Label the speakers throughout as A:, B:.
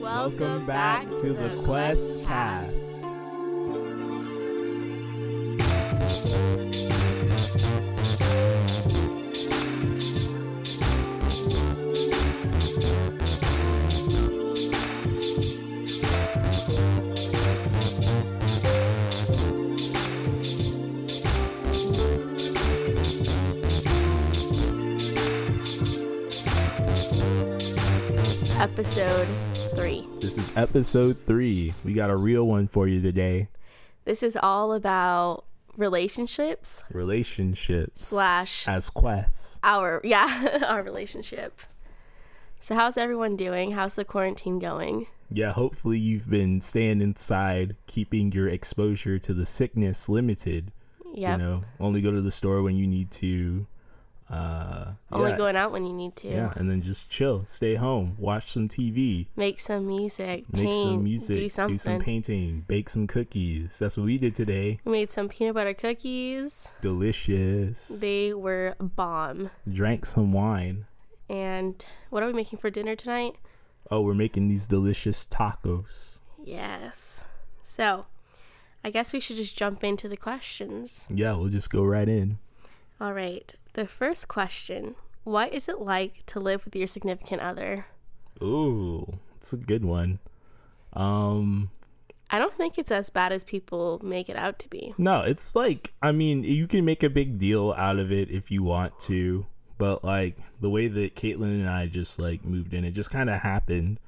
A: Welcome back to the Quest Cast.
B: Episode 3.
A: This is episode three. We got a real one for you today.
B: This is all about relationships
A: Relationships
B: slash
A: as quests.
B: our, yeah, our relationship. So how's everyone doing? How's the quarantine going?
A: Yeah, hopefully you've been staying inside, keeping your exposure to the sickness limited.
B: Yep.
A: You know, only go to the store when you need to. Uh,
B: Only
A: yeah,
B: going out when you need to.
A: yeah, and then just chill, stay home, watch some TV,
B: Make some music.
A: make
B: paint,
A: some music,
B: Do something.
A: some painting, bake some cookies. That's what we did today.
B: we made some peanut butter cookies.
A: Delicious.
B: They were bomb.
A: Drank some wine.
B: And what are we making for dinner tonight?
A: Oh, we're making these delicious tacos.
B: Yes. So, I guess we should just jump into the questions.
A: Yeah, we'll just go right in.
B: All right. The first question What is it like to live with your significant other?
A: Ooh, it's a good one. Um,
B: I don't think it's as bad as people make it out to be.
A: no, it's like I mean, you can make a big deal out of it if you want to, but like the way that Caitlin and I just like moved in, it just kind of happened.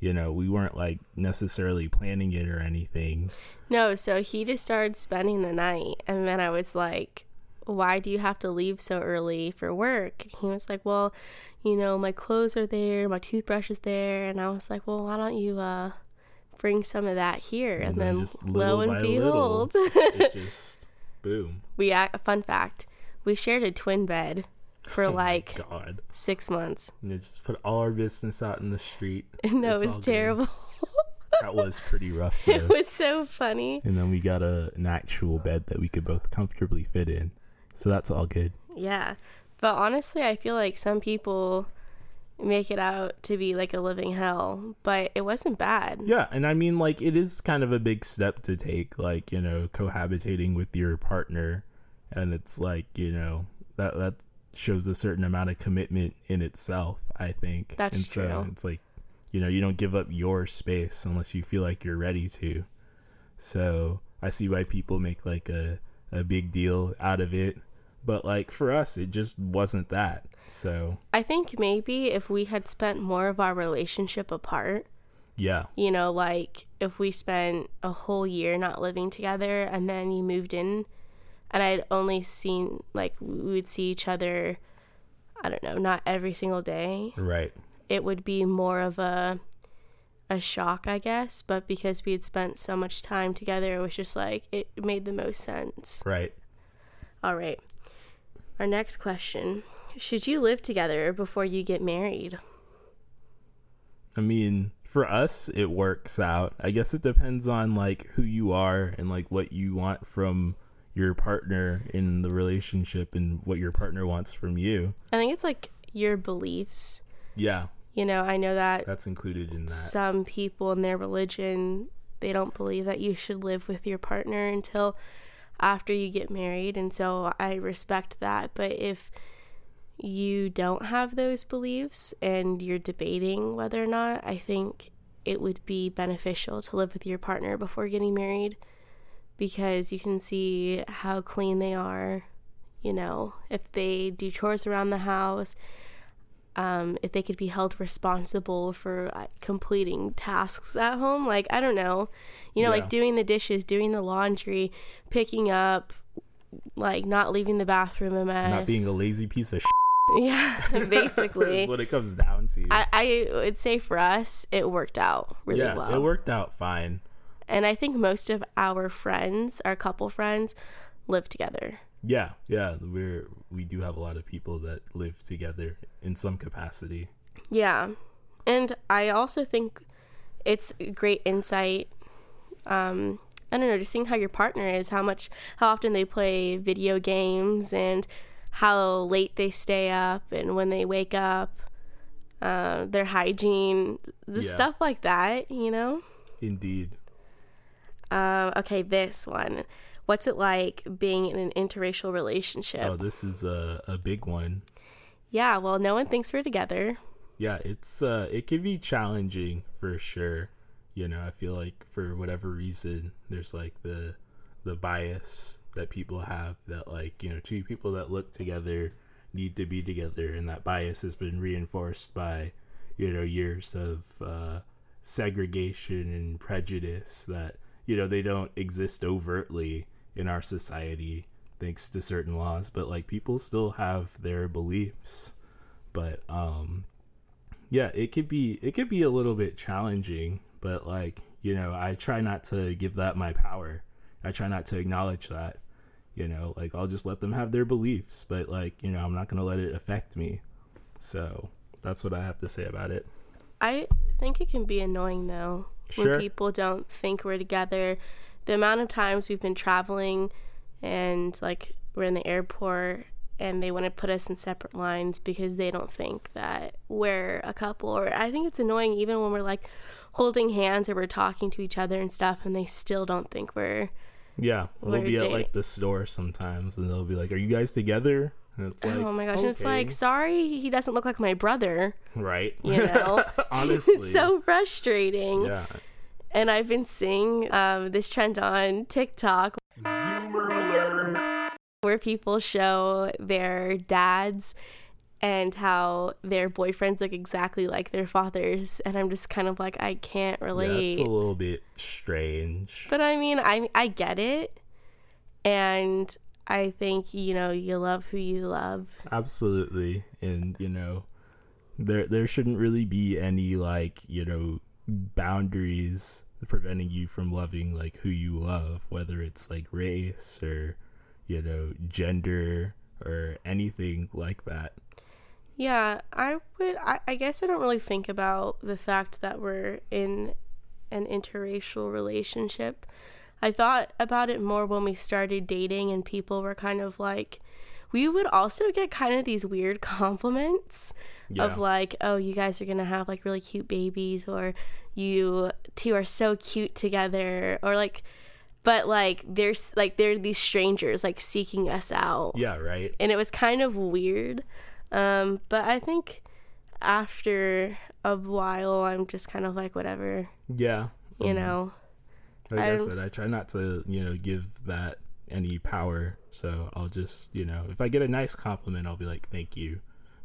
A: You know, we weren't like necessarily planning it or anything.
B: No, so he just started spending the night, and then I was like, why do you have to leave so early for work? And he was like, well, you know, my clothes are there, my toothbrush is there, and I was like, well, why don't you uh, bring some of that here? And,
A: then
B: then,
A: just
B: lo
A: little by
B: and
A: little,
B: behold,
A: It just boom.
B: we a fun fact, we shared a twin bed for
A: Oh my
B: like
A: God,
B: six months.
A: and it just put all our business out in the street.
B: No,
A: It's
B: it was
A: all good.
B: terrible.
A: That was pretty rough.
B: it
A: though.
B: was so funny.
A: and then we got a an actual bed that we could both comfortably fit in. So that's all good.
B: Yeah. But honestly, I feel like some people make it out to be like a living hell, but it wasn't bad.
A: Yeah, and I mean like it is kind of a big step to take like, you know, cohabitating with your partner and it's like, you know, that that shows a certain amount of commitment in itself, I think.
B: That's
A: and so
B: true.
A: it's like, you know, you don't give up your space unless you feel like you're ready to. So I see why people make like a a big deal out of it, but like for us it just wasn't that. So
B: I think maybe if we had spent more of our relationship apart,
A: Yeah.
B: you know, like if we spent a whole year not living together and then you moved in and I'd only seen like we would see each other I don't know, not every single day.
A: Right.
B: It would be more of a a shock, I guess, but because we had spent so much time together, it was just like it made the most sense.
A: Right.
B: All right. Our next question. Should you live together before you get married?
A: I mean, for us, it works out. I guess it depends on like who you are and like what you want from your partner in the relationship and what your partner wants from you.
B: I think it's like your beliefs.
A: Yeah,
B: You know, I know that
A: that's included in that.
B: some people in their religion they don't believe that you should live with your partner until after you get married and so i respect that but if you don't have those beliefs and you're debating whether or not i think it would be beneficial to live with your partner before getting married because you can see how clean they are you know if they do chores around the house um, if they could be held responsible for uh, completing tasks at home. Like, I don't know, you know,
A: Yeah.
B: like doing the dishes, doing the laundry, picking up, like not leaving the bathroom a mess.
A: Not being a lazy piece of
B: yeah,
A: shit is
B: basically.
A: what it comes down to.
B: I, I would say for us, it worked out really
A: yeah,
B: well.
A: it worked out fine.
B: And I think most of our friends, our couple friends, live together.
A: Yeah, yeah, we're we do have a lot of people that live together in some capacity.
B: Yeah. And I also think it's great insight. Um, I don't know, just seeing how your partner is, how much, how often they play video games, and how late they stay up, and when they wake up. uh, their hygiene, the
A: Yeah.
B: stuff like that, you know?
A: Indeed.
B: Um, okay, this one. What's it like being in an interracial relationship?
A: Oh, this is a, a big one.
B: Yeah, well, no one thinks we're together.
A: Yeah, it's uh it can be challenging for sure. You know, I feel like for whatever reason there's like the the bias that people have that like, you know, two people that look together need to be together and that bias has been reinforced by, you know, years of uh segregation and prejudice that, you know, they don't exist overtly in our society thanks to certain laws, but like people still have their beliefs. But um yeah it could be it could be a little bit challenging but like you know i try not to give that my power i try not to acknowledge that you know like i'll just let them have their beliefs but like you know i'm not gonna let it affect me so that's what i have to say about it
B: I think it can be annoying though
A: Sure.
B: when people don't think we're together. The amount of times we've been traveling and like we're in the airport and they want to put us in separate lines because they don't think that we're a couple or I think it's annoying even when we're like holding hands or we're talking to each other and stuff and they still don't think we're
A: yeah we'll
B: We're
A: be at
B: dating.
A: like the store sometimes and they'll be like are you guys together and it's like
B: oh my gosh and it's
A: okay,
B: like sorry he doesn't look like my brother
A: right
B: you know
A: honestly
B: it's so frustrating
A: yeah
B: and I've been seeing um, this trend on TikTok where people show their dads and how their boyfriends look exactly like their fathers, and I'm just kind of like, I can't
A: yeah it's
B: relate.
A: a little bit strange
B: but I mean, I I get it, and I think you know you love who you love.
A: Absolutely. And you know, there there shouldn't really be any like, you know, boundaries preventing you from loving like who you love, whether it's like race or you know, gender or anything like that.
B: Yeah, I would. I, I guess I don't really think about the fact that we're in an interracial relationship. I thought about it more when we started dating, and people were kind of like, we would also get kind of these weird compliments
A: Yeah.
B: of like, oh, you guys are going to have like really cute babies, or you two are so cute together, or like, but like, there's like, they're these strangers like seeking us out
A: yeah, right.
B: and it was kind of weird. Um, but I think after a while, I'm just kind of like, whatever,
A: Yeah.
B: you
A: Um,
B: know.
A: like I,
B: I-
A: said, I try not to, you know, give that any power. So I'll just, you know, if I get a nice compliment, I'll be like, thank you.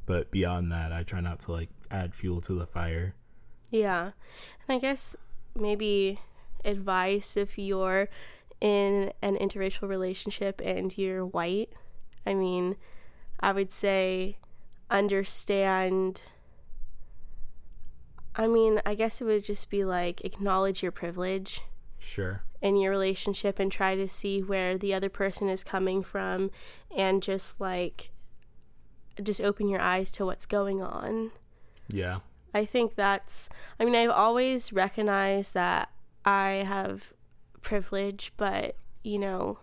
A: But beyond that, I try not to like add fuel to the fire.
B: Yeah. And I guess maybe advice if you're in an interracial relationship and you're white. I mean, I would say understand. I mean, I guess it would just be like acknowledge your privilege.
A: Sure.
B: in your relationship and try to see where the other person is coming from and just like just open your eyes to what's going on.
A: Yeah.
B: I think that's I mean I've always recognized that I have privilege, but you know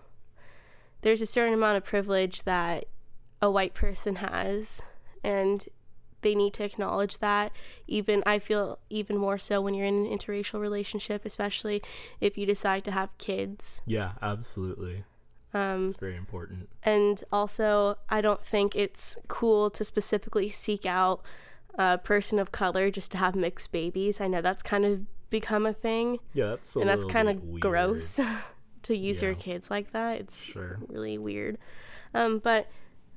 B: there's a certain amount of privilege that a white person has and they need to acknowledge that even I feel even more so when you're in an interracial relationship, especially if you decide to have kids.
A: Yeah, absolutely.
B: Um,
A: It's very important.
B: and also, I don't think it's cool to specifically seek out a person of color just to have mixed babies. I know that's kind of become a thing,
A: Yeah, that's a
B: and that's
A: little
B: kind
A: bit
B: of
A: weird.
B: gross to use your
A: Yeah.
B: kids like that. It's
A: Sure.
B: really weird. Um, but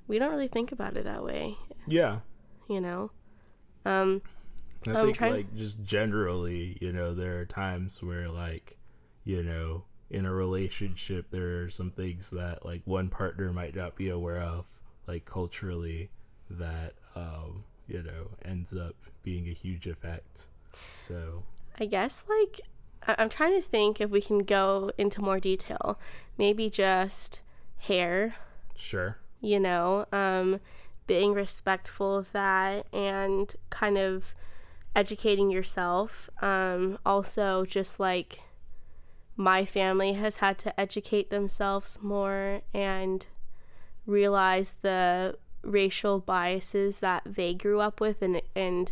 B: we don't really think about it that way,
A: Yeah.
B: you know? Um,
A: I
B: I'm
A: think
B: trying-
A: like just generally, you know, there are times where like, you know, in a relationship there are some things that like one partner might not be aware of, like culturally that um, you know, ends up being a huge effect. So
B: I guess like I- I'm trying to think if we can go into more detail. Maybe just hair,
A: sure.
B: you know, um, being respectful of that and kind of educating yourself. Um, also, just like my family has had to educate themselves more and realize the racial biases that they grew up with and and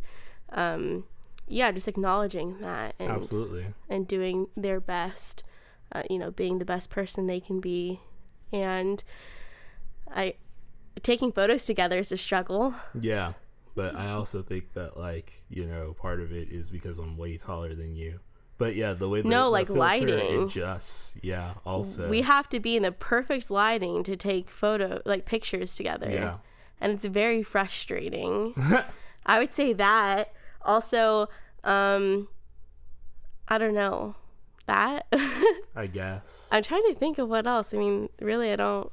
B: um, yeah, just acknowledging that and
A: Absolutely.
B: and doing their best, uh, you know, being the best person they can be, and I taking photos together is a struggle.
A: Yeah. But I also think that like, you know, part of it is because I'm way taller than you. But yeah, the way the,
B: No,
A: the
B: like
A: filter
B: lighting.
A: adjusts, yeah, also.
B: We have to be in the perfect lighting to take photo like pictures together.
A: yeah.
B: and it's very frustrating. I would say that. Also, um, I don't know that.
A: I guess.
B: I'm trying to think of what else. I mean, really, I don't.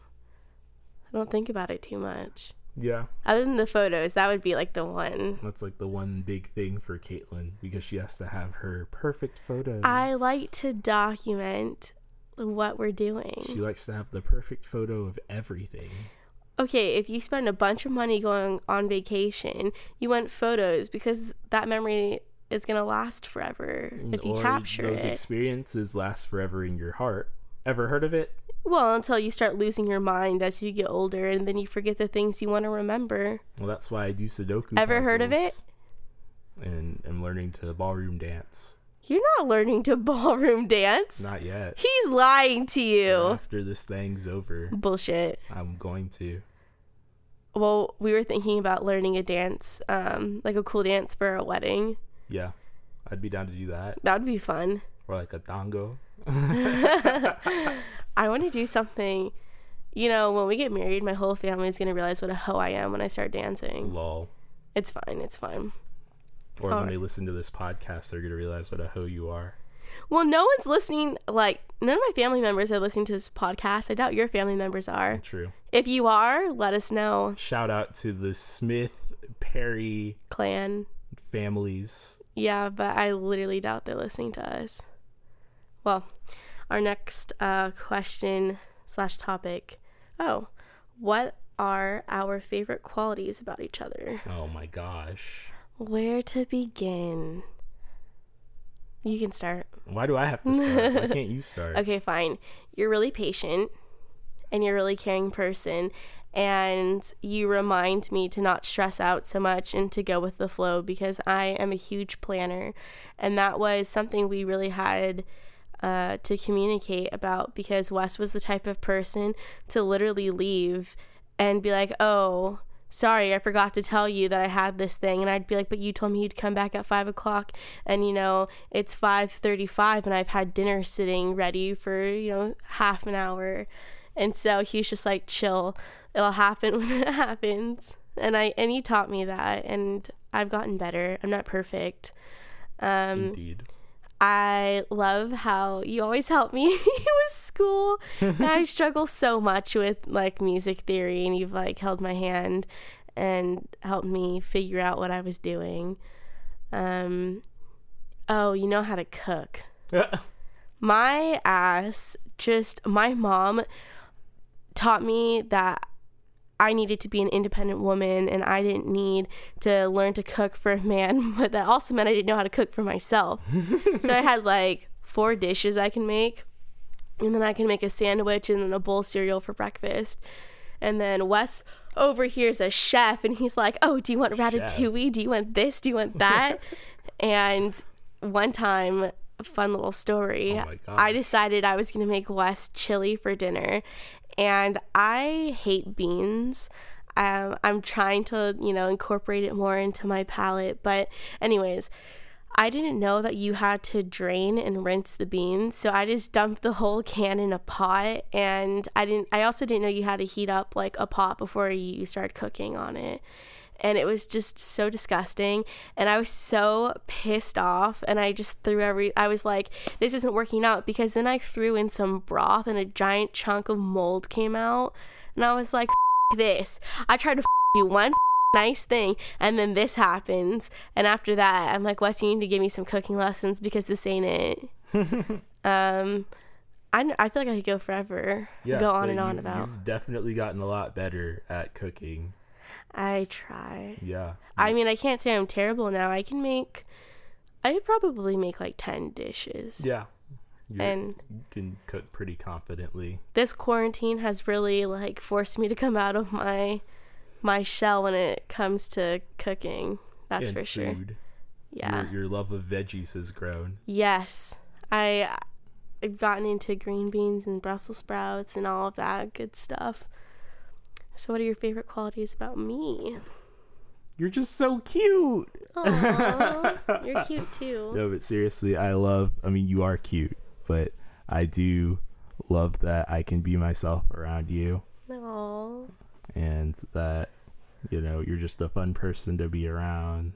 B: I don't think about it too much.
A: yeah.
B: Other than the photos, that would be like the one.
A: That's like the one big thing for Caitlyn because she has to have her perfect photos.
B: I like to document what we're doing.
A: She likes to have the perfect photo of everything.
B: okay, if you spend a bunch of money going on vacation, you want photos because that memory is gonna last forever if you
A: Mm, Or
B: capture
A: those
B: it.
A: experiences last forever in your heart. Ever heard of it?
B: well, until you start losing your mind as you get older, and then you forget the things you want to remember.
A: Well, that's why I do Sudoku.
B: Ever heard of
A: puzzles And I'm learning to ballroom dance.
B: You're not learning to ballroom dance.
A: Not yet.
B: He's lying to you.
A: After this thing's over,
B: Bullshit.
A: I'm going to.
B: Well, we were thinking about learning a dance, um, like a cool dance for a wedding.
A: Yeah, I'd be down to do that
B: That would be fun.
A: or like a tango.
B: I want to do something. You know, when we get married, my whole family's gonna realize what a hoe I am when I start dancing.
A: Lol.
B: It's fine. It's fine.
A: Or
B: Oh.
A: when they listen to this podcast, they're gonna realize what a hoe you are.
B: Well, no one's listening. Like none of my family members are listening to this podcast. I doubt your family members are.
A: True.
B: If you are, let us know.
A: Shout out to the Smith Perry
B: Clan.
A: families.
B: Yeah, but I literally doubt they're listening to us. Well, our next uh, question slash topic. Oh, what are our favorite qualities about each other?
A: Oh my gosh.
B: Where to begin? You can start.
A: Why do I have to start? Why can't you start?
B: Okay, fine. You're really patient and you're a really caring person. And you remind me to not stress out so much and to go with the flow because I am a huge planner. And that was something we really had uh, to communicate about because Wes was the type of person to literally leave and be like, oh, sorry, I forgot to tell you that I had this thing. And I'd be like, but you told me you'd come back at five o'clock. And, you know, it's 5.35 and I've had dinner sitting ready for, you know, half an hour. And so he was just like, chill. It'll happen when it happens. And I and he taught me that, and I've gotten better. I'm not perfect. Um,
A: Indeed.
B: I love how you always help me with school. and I struggle so much with like music theory, and you've like held my hand and helped me figure out what I was doing. Um, oh, you know how to cook. My ass just, my mom taught me that I needed to be an independent woman and I didn't need to learn to cook for a man, but that also meant I didn't know how to cook for myself. so I had like four dishes I can make, and then I can make a sandwich and then a bowl of cereal for breakfast. And then Wes over here is a chef and he's like, Oh, do you want ratatouille? Do you want this? Do you want that? and one time, fun little story,
A: Oh my gosh.
B: I decided I was going to make Wes chili for dinner. And I hate beans. Um, I'm trying to, you know, incorporate it more into my palate. But, anyways, I didn't know that you had to drain and rinse the beans, so I just dumped the whole can in a pot and I didn't I also didn't know you had to heat up like a pot before you started cooking on it. And it was just so disgusting and I was so pissed off and I just threw every I was like this isn't working out because then I threw in some broth and a giant chunk of mold came out and I was like "F- this. I tried to f- do one nice thing and then this happens and after that i'm like wes you need to give me some cooking lessons because this ain't it um I, kn- I feel like i could go forever go on
A: but
B: and on
A: you've-
B: about
A: You've definitely gotten a lot better at cooking.
B: i try
A: Yeah.
B: i mean i can't say i'm terrible now i can make i could probably make like 10 dishes
A: Yeah. You're-
B: And-
A: you can cook pretty confidently.
B: this quarantine has really like forced me to come out of my my shell when it comes to cooking that's
A: and
B: for sure
A: food.
B: Yeah.
A: Your, your love of veggies has grown.
B: Yes. I I've gotten into green beans and Brussels sprouts and all of that good stuff. So what are your favorite qualities about me?
A: You're just so cute.
B: Aww, you're cute too.
A: No, but seriously, I love. I mean, you are cute, but I do love that I can be myself around you,
B: Aw.
A: and that you know you're just a fun person to be around,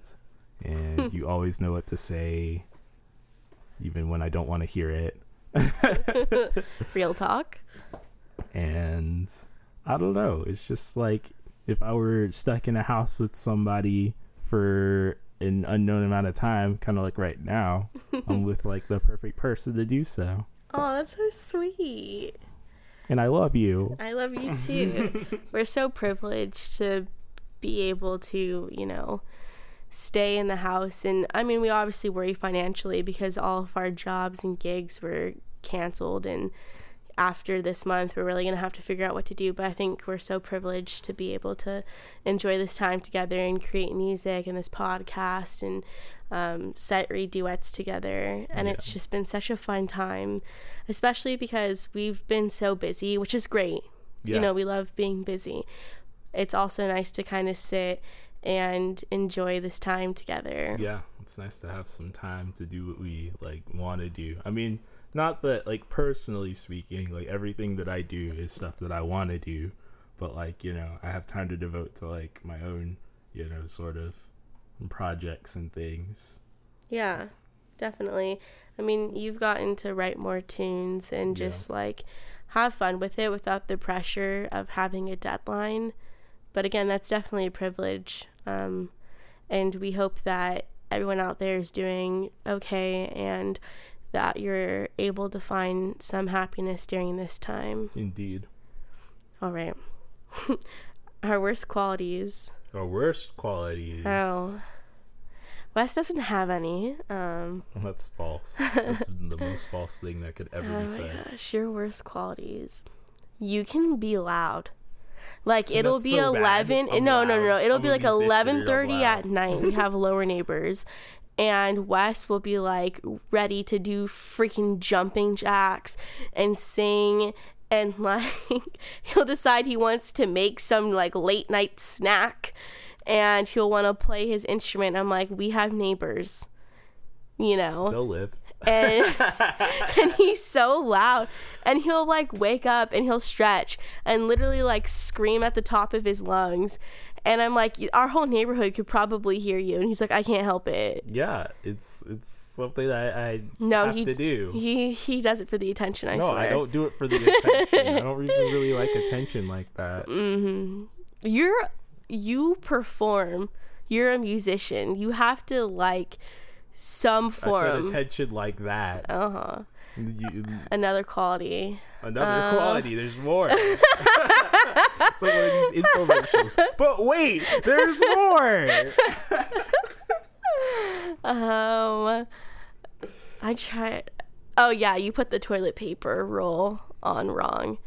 A: and you always know what to say, even when I don't want to hear it.
B: Real talk.
A: and I don't know. It's just like if I were stuck in a house with somebody for an unknown amount of time, kind of like right now, I'm with like the perfect person to do so.
B: Oh, that's so sweet.
A: And I love you.
B: I love you too. We're so privileged to be able to, you know, stay in the house. And I mean, we obviously worry financially because all of our jobs and gigs were canceled. And after this month, we're really going to have to figure out what to do. But I think we're so privileged to be able to enjoy this time together and create music and this podcast and um, set read duets together. And it's just been such a fun time, especially because we've been so busy, which is great.
A: Yeah.
B: You know, we love being busy. It's also nice to kind of sit and enjoy this time together.
A: Yeah, it's nice to have some time to do what we like want to do. I mean, not that like personally speaking, like everything that I do is stuff that I want to do, but like, you know, I have time to devote to like my own, you know, sort of projects and things.
B: Yeah, definitely. I mean, you've gotten to write more tunes and
A: Yeah.
B: just like have fun with it without the pressure of having a deadline. But again, that's definitely a privilege. Um, and we hope that everyone out there is doing okay and that you're able to find some happiness during this time.
A: Indeed.
B: All right. Our worst qualities.
A: Our worst quality is
B: Oh. Wes doesn't have any. Um,
A: that's false. That's the most false thing that could ever be
B: Oh my
A: said.
B: gosh, your worst qualities. You can be loud. Like it'll
A: That's
B: be
A: so bad.
B: eleven.
A: I'm
B: no, no, no, no.
A: loud.
B: It'll
A: I'm
B: be
A: a
B: like
A: musician and I'm
B: eleven thirty
A: loud.
B: at night. We have lower neighbors, and Wes will be like ready to do freaking jumping jacks and sing. And like he'll decide he wants to make some like late night snack, and he'll want to play his instrument. I'm like, we have neighbors, you know
A: They'll live.
B: and, and he's so loud and he'll like wake up and he'll stretch and literally like scream at the top of his lungs and i'm like our whole neighborhood could probably hear you and he's like i can't help it
A: Yeah, it's it's something I, I
B: no
A: have
B: he
A: to do.
B: he he does it for the attention i
A: no,
B: swear
A: I don't do it for the attention. I don't even really like attention like that.
B: you're you perform you're a musician you have to like some
A: I said
B: form
A: attention like that.
B: uh-huh
A: You-
B: another quality
A: another
B: Um.
A: quality. There's more. it's like one of these infomercials. But wait, there's more.
B: Um, I tried. Oh yeah, you put the toilet paper roll on wrong.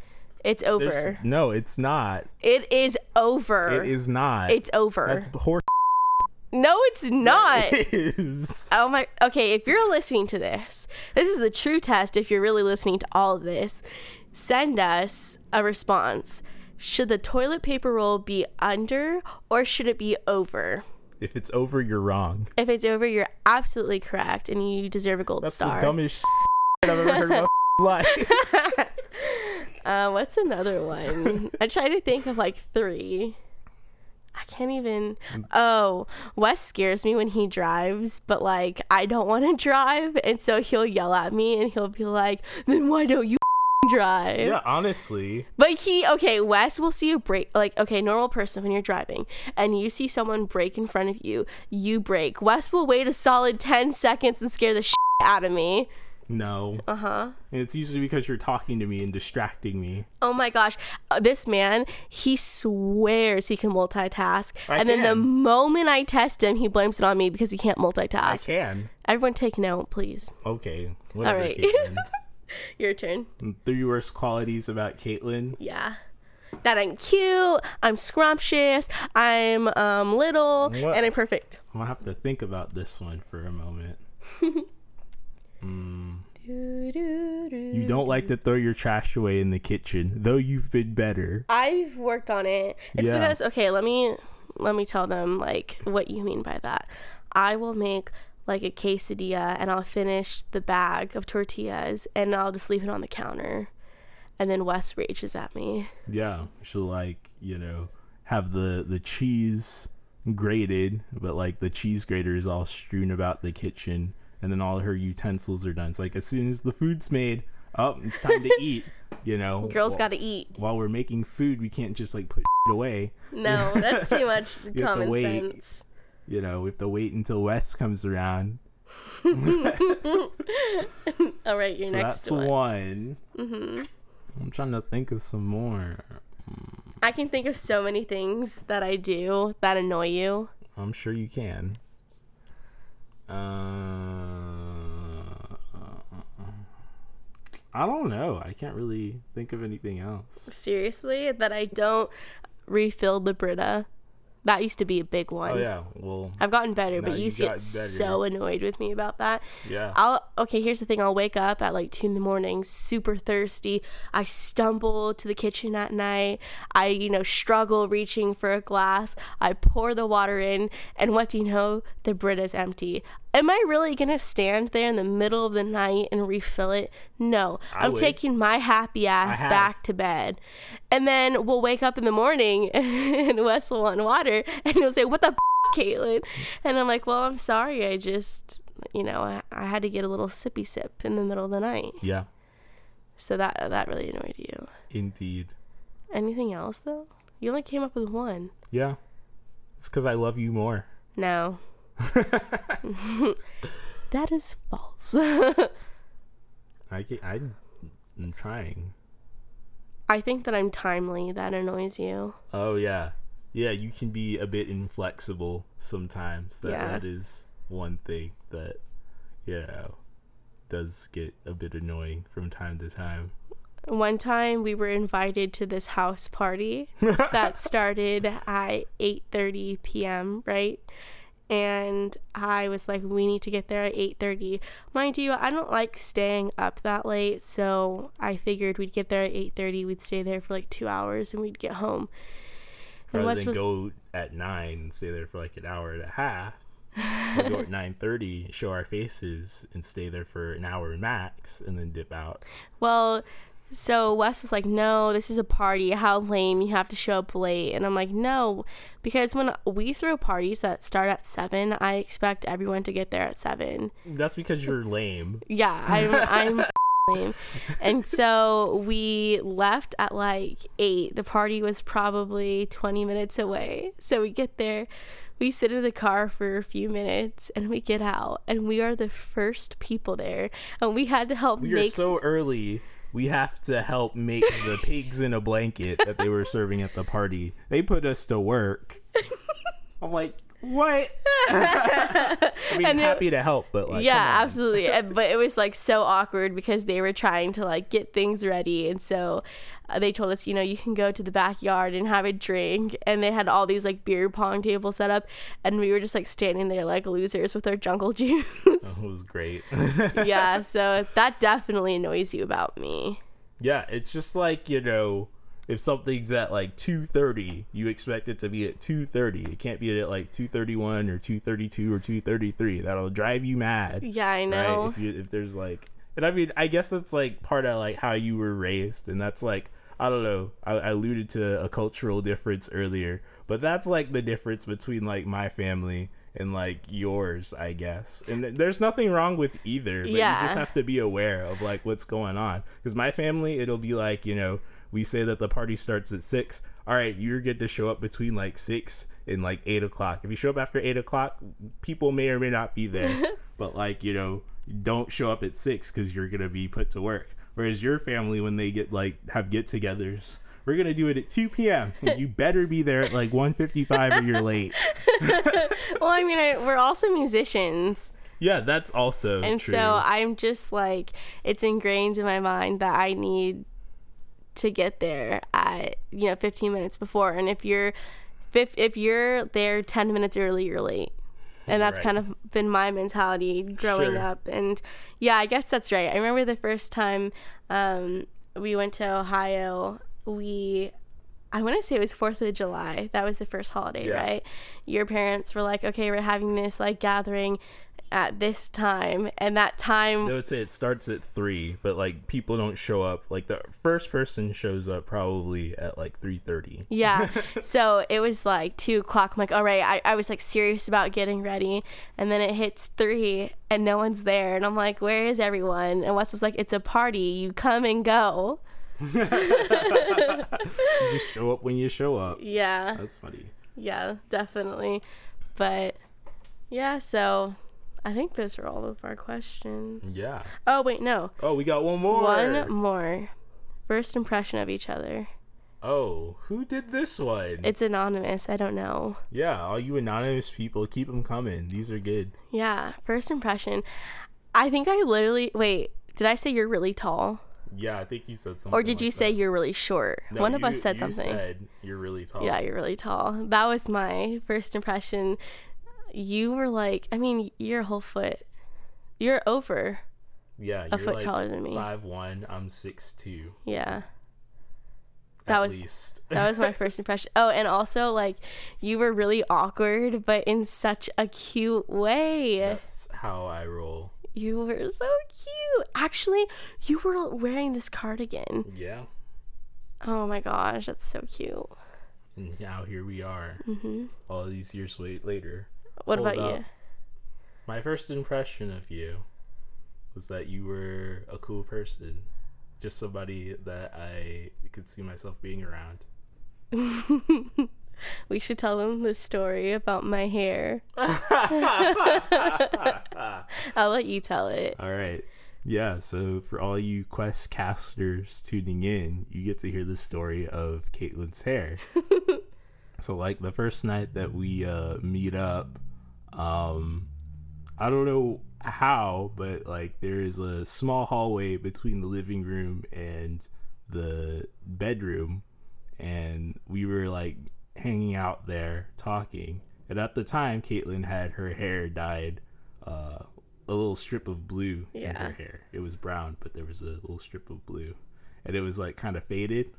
B: It's over.
A: There's- no, it's not.
B: It is over.
A: It is not.
B: It's over.
A: That's horse.
B: no, it's not.
A: is.
B: Oh my. Okay, if you're listening to this, this is the true test. If you're really listening to all of this, send us a response. Should the toilet paper roll be under or should it be over?
A: If it's over, you're wrong.
B: If it's over, you're absolutely correct, and you deserve a gold
A: That's
B: star.
A: the dumbest I've ever heard in my life.
B: Uh, what's another one? I try to think of like three. I can't even. Oh, Wes scares me when he drives, but like I don't want to drive, and so he'll yell at me and he'll be like, "Then why don't you drive?"
A: Yeah, honestly.
B: But he, okay, Wes will see you break. Like, okay, normal person when you're driving and you see someone break in front of you, you break. Wes will wait a solid ten seconds and scare the shit out of me.
A: No.
B: Uh huh.
A: And it's usually because you're talking to me and distracting me.
B: Oh my gosh, Uh, this man, he swears he can multitask.
A: I
B: and then the
A: can.
B: moment I test him, he blames it on me because he can't
A: I
B: multitask.
A: can.
B: Everyone take note, please.
A: Okay. Whatever,
B: right.
A: Caitlin.
B: Your turn.
A: Three worst qualities about Caitlin.
B: Yeah. that I'm cute, I'm scrumptious, I'm um, little,
A: What?
B: and I'm perfect.
A: I'm gonna have to think about this one for a moment. Mm.
B: Mm.
A: You don't like to throw your trash away in the kitchen, though you've been better.
B: I've worked on it. It's
A: Yeah.
B: because okay, let me let me tell them like what you mean by that. I will make like a quesadilla and I'll finish the bag of tortillas and I'll just leave it on the counter. And then Wes rages at me.
A: Yeah, she'll like you know have the the cheese grated, but like the cheese grater is all strewn about the kitchen, and then all her utensils are done. It's like as soon as the food's made, oh, it's time to eat. You know,
B: Girls
A: Wh-
B: got to eat.
A: While we're making food, we can't just like put away.
B: No, that's too much
A: to
B: common
A: wait.
B: sense.
A: You know, we have to wait until Wes comes around.
B: All right, your
A: so
B: next
A: that's one.
B: one. Mm-hmm.
A: I'm trying to think of some more.
B: I can think of so many things that I do that annoy you.
A: I'm sure you can. Uh, I don't know. I can't really think of anything else.
B: Seriously, that I don't refill the Brita. That used to be a big one.
A: Oh yeah. Well,
B: I've gotten better,
A: No,
B: but you
A: you
B: used to get
A: got better.
B: so annoyed with me about that.
A: yeah.
B: I'll okay. Here's the thing: I'll wake up at like two in the morning, super thirsty. I stumble to the kitchen at night. I, you know, struggle reaching for a glass. I pour the water in, and what do you know? The Brita's empty. Am I really gonna stand there in the middle of the night and refill it? No,
A: I
B: I'm
A: would.
B: taking my happy ass
A: have.
B: back to bed, and then we'll wake up in the morning, and Wes will want water, and he'll say, "What the." Caitlin. And I'm like, well, I'm sorry. I just, you know, I, I had to get a little sippy sip in the middle of the night.
A: yeah.
B: So that that really annoyed you.
A: Indeed.
B: Anything else though? You only came up with one.
A: Yeah. It's because I love you more.
B: No. that is false.
A: I can, I, I'm trying.
B: I think that I'm timely. That annoys you.
A: Oh yeah, yeah. You can be a bit inflexible sometimes. That
B: Yeah.
A: that is one thing that you know does get a bit annoying from time to time.
B: One time we were invited to this house party that started at 8:30 p.m., right? And I was like we need to get there at 8:30. Mind you, I don't like staying up that late, so I figured we'd get there at 8:30, we'd stay there for like 2 hours and we'd get home. And
A: Rather
B: Wes
A: than
B: was
A: go at nine and stay there for like an hour and a half, we go at nine thirty, show our faces, and stay there for an hour max, and then dip out.
B: Well, so Wes was like, "No, this is a party. How lame! You have to show up late." And I'm like, "No, because when we throw parties that start at seven, I expect everyone to get there at seven.
A: That's because you're lame.
B: Yeah, I'm I'm lame." And so we left at like eight. The party was probably 20 minutes away. So we get there. We sit in the car for a few minutes and we get out, and we are the first people there. And we had to help
A: We are
B: make
A: so early. We have to help make the pigs in a blanket that they were serving at the party. They put us to work. I'm like, what? I mean,
B: And it-
A: happy to help, but like,
B: yeah
A: come on.
B: absolutely Uh, but it was like so awkward because they were trying to like get things ready and so uh, they told us you know you can go to the backyard and have a drink and they had all these like beer pong tables set up and we were just like standing there like losers with our jungle juice
A: it was great.
B: yeah so that definitely annoys you about me
A: yeah, it's just like you know, if something's at like 2:30, you expect it to be at 2:30. It can't be at like 2:31 or 2:32 or 2:33. That'll drive you mad.
B: yeah i know
A: right? If you if there's like, and I mean, I guess that's like part of like how you were raised, and that's like I don't know. I, I alluded to a cultural difference earlier, but that's like the difference between like my family and like yours, I guess. And th- there's nothing wrong with either, but you just
B: Yeah.
A: have to be aware of like what's going on. Because my family, it'll be like you know. We say that the party starts at six. All right, you're good to show up between like six and like eight o'clock. If you show up after eight o'clock, people may or may not be there. but like you know don't show up at six because you're gonna be put to work whereas your family when they get like have get-togethers we're gonna do it at 2 p.m and you better be there at like 1.55 or you're late
B: well i mean I, we're also musicians
A: yeah that's also
B: and
A: true
B: so i'm just like it's ingrained in my mind that i need to get there at you know 15 minutes before and if you're if, if you're there 10 minutes early you're late and that's
A: Right.
B: kind of been my mentality growing
A: Sure.
B: up and yeah i guess that's right i remember the first time um, we went to ohio we i want to say it was fourth of july that was the first holiday
A: Yeah.
B: right your parents were like okay we're having this like gathering at this time and that time
A: I would say it starts at three, but like people don't show up. Like the first person shows up probably at like three thirty.
B: Yeah. so it was like two o'clock. I'm like, all right, I, I was like serious about getting ready. And then it hits three and no one's there. And I'm like, where is everyone? And Wes was like, it's a party. You come and go.
A: You just show up when you show up.
B: Yeah.
A: That's funny.
B: Yeah, definitely. But yeah, so I think those are all of our questions.
A: Yeah.
B: Oh, wait, no.
A: Oh, we got one more.
B: One more. First impression of each other.
A: Oh, who did this one?
B: It's anonymous. I don't know.
A: yeah, all you anonymous people, keep them coming. These are good.
B: Yeah, first impression. I think I literally wait. Did I say you're really tall,
A: Yeah, I think you said something.
B: or did you
A: like
B: say
A: that.
B: you're really short?
A: No,
B: One of
A: you-
B: us said
A: you
B: something.
A: said you're really tall.
B: yeah, you're really tall. That was my first impression. You were like, I mean, you're a whole foot. You're over.
A: yeah, you're
B: foot
A: like
B: taller than me.
A: Five one. I'm six two.
B: Yeah, That was-
A: least.
B: that was my first impression. Oh, and also like, you were really awkward, but in such a cute way.
A: That's how I roll.
B: You were so cute. Actually, you were wearing this cardigan.
A: Yeah.
B: Oh my gosh, that's so cute.
A: And now here we are, mm-hmm. all these years wait later.
B: What
A: Hold
B: about
A: up.
B: you?
A: My first impression of you was that you were a cool person, just somebody that I could see myself being around.
B: We should tell them the story about my hair. I'll let you tell it.
A: All right. Yeah, so for all you Quest casters tuning in, you get to hear the story of Caitlin's hair. so like the first night that we uh meet up, um I don't know how, but like there is a small hallway between the living room and the bedroom and we were like hanging out there talking. And at the time, Caitlin had her hair dyed uh, a little strip of blue in
B: Yeah.
A: her hair. It was brown, but there was a little strip of blue, and it was like kind of faded.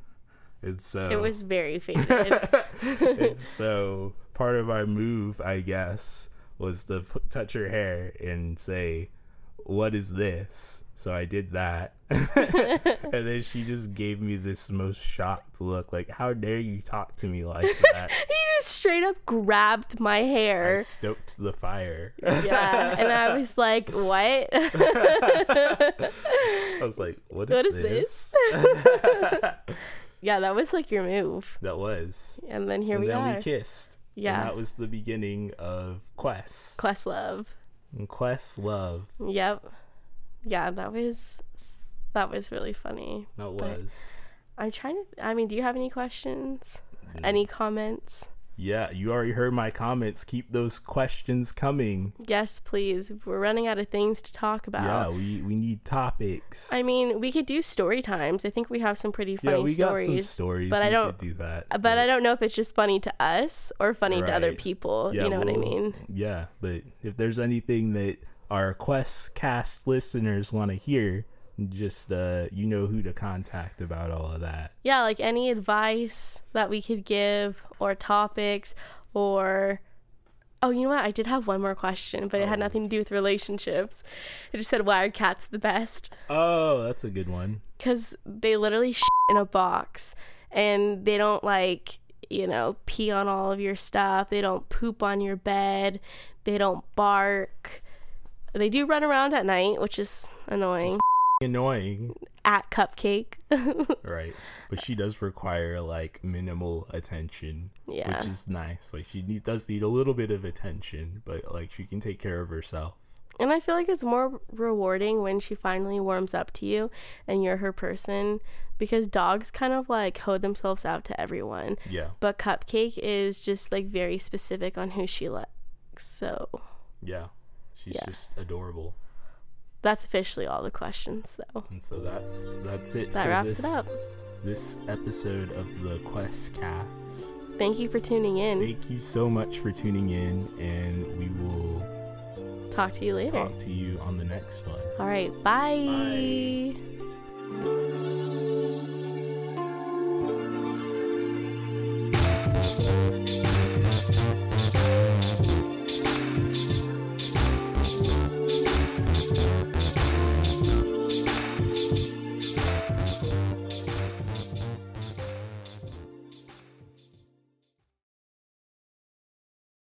A: And so
B: It was very faded.
A: and so part of our move, I guess, was to f- touch her hair and say, "What is this?" So I did that, and then she just gave me this most shocked look, like, "How dare you talk to me like that?"
B: he just straight up grabbed my
A: I
B: hair.
A: stoked the fire.
B: yeah. And I was like, what?
A: I was like, "What is,
B: What is
A: this?
B: yeah, that was like your move.
A: That was,
B: And then here
A: and
B: we
A: then
B: are.
A: we kissed. And
B: Yeah.
A: that was the beginning of Quest.
B: Questlove.
A: And Quest love.
B: Yep. Yeah, that was that was really funny.
A: That was.
B: I'm trying to I mean, do you have any questions?
A: Mm.
B: Any comments?
A: Yeah, you already heard my comments. Keep those questions coming.
B: Yes, please. We're running out of things to talk about.
A: Yeah, we, we need topics.
B: I mean, we could do story times. I think we have some pretty funny
A: yeah, we
B: stories.
A: got some stories.
B: but I
A: we
B: don't- uh,
A: could do that.
B: But I don't know if it's just funny to us or funny to other
A: Right.
B: people.
A: Yeah,
B: you know what I
A: we'll-
B: mean?
A: Yeah, but if there's anything that our Quest Cast listeners want to hear, just uh, you know who to contact about all of that.
B: Yeah, like any advice that we could give or topics or. Oh, you know what? I did have one more question, but it
A: Oh.
B: had nothing to do with relationships. It just said, why are cats the best?
A: Oh, that's a good one.
B: because they literally shit in a box and they don't like you know pee on all of your stuff they don't poop on your bed they don't bark they do run around at night which is annoying
A: Annoying,
B: at cupcake
A: right? But she does require like minimal attention.
B: yeah
A: which is nice. Like she need, does need a little bit of attention, but like she can take care of herself.
B: and i feel like it's more rewarding when she finally warms up to you and you're her person because dogs kind of like hold themselves out to everyone
A: Yeah,
B: but cupcake is just like very specific on who she likes so
A: yeah. She's
B: Yeah.
A: just adorable,
B: that's officially all the questions though
A: and so that's that's it.
B: that
A: for
B: wraps
A: this
B: it up
A: this episode of the Quest Cast.
B: Thank you for tuning in.
A: Thank you so much for tuning in, and we will
B: Talk to you later.
A: talk to you on the next one.
B: All right. bye.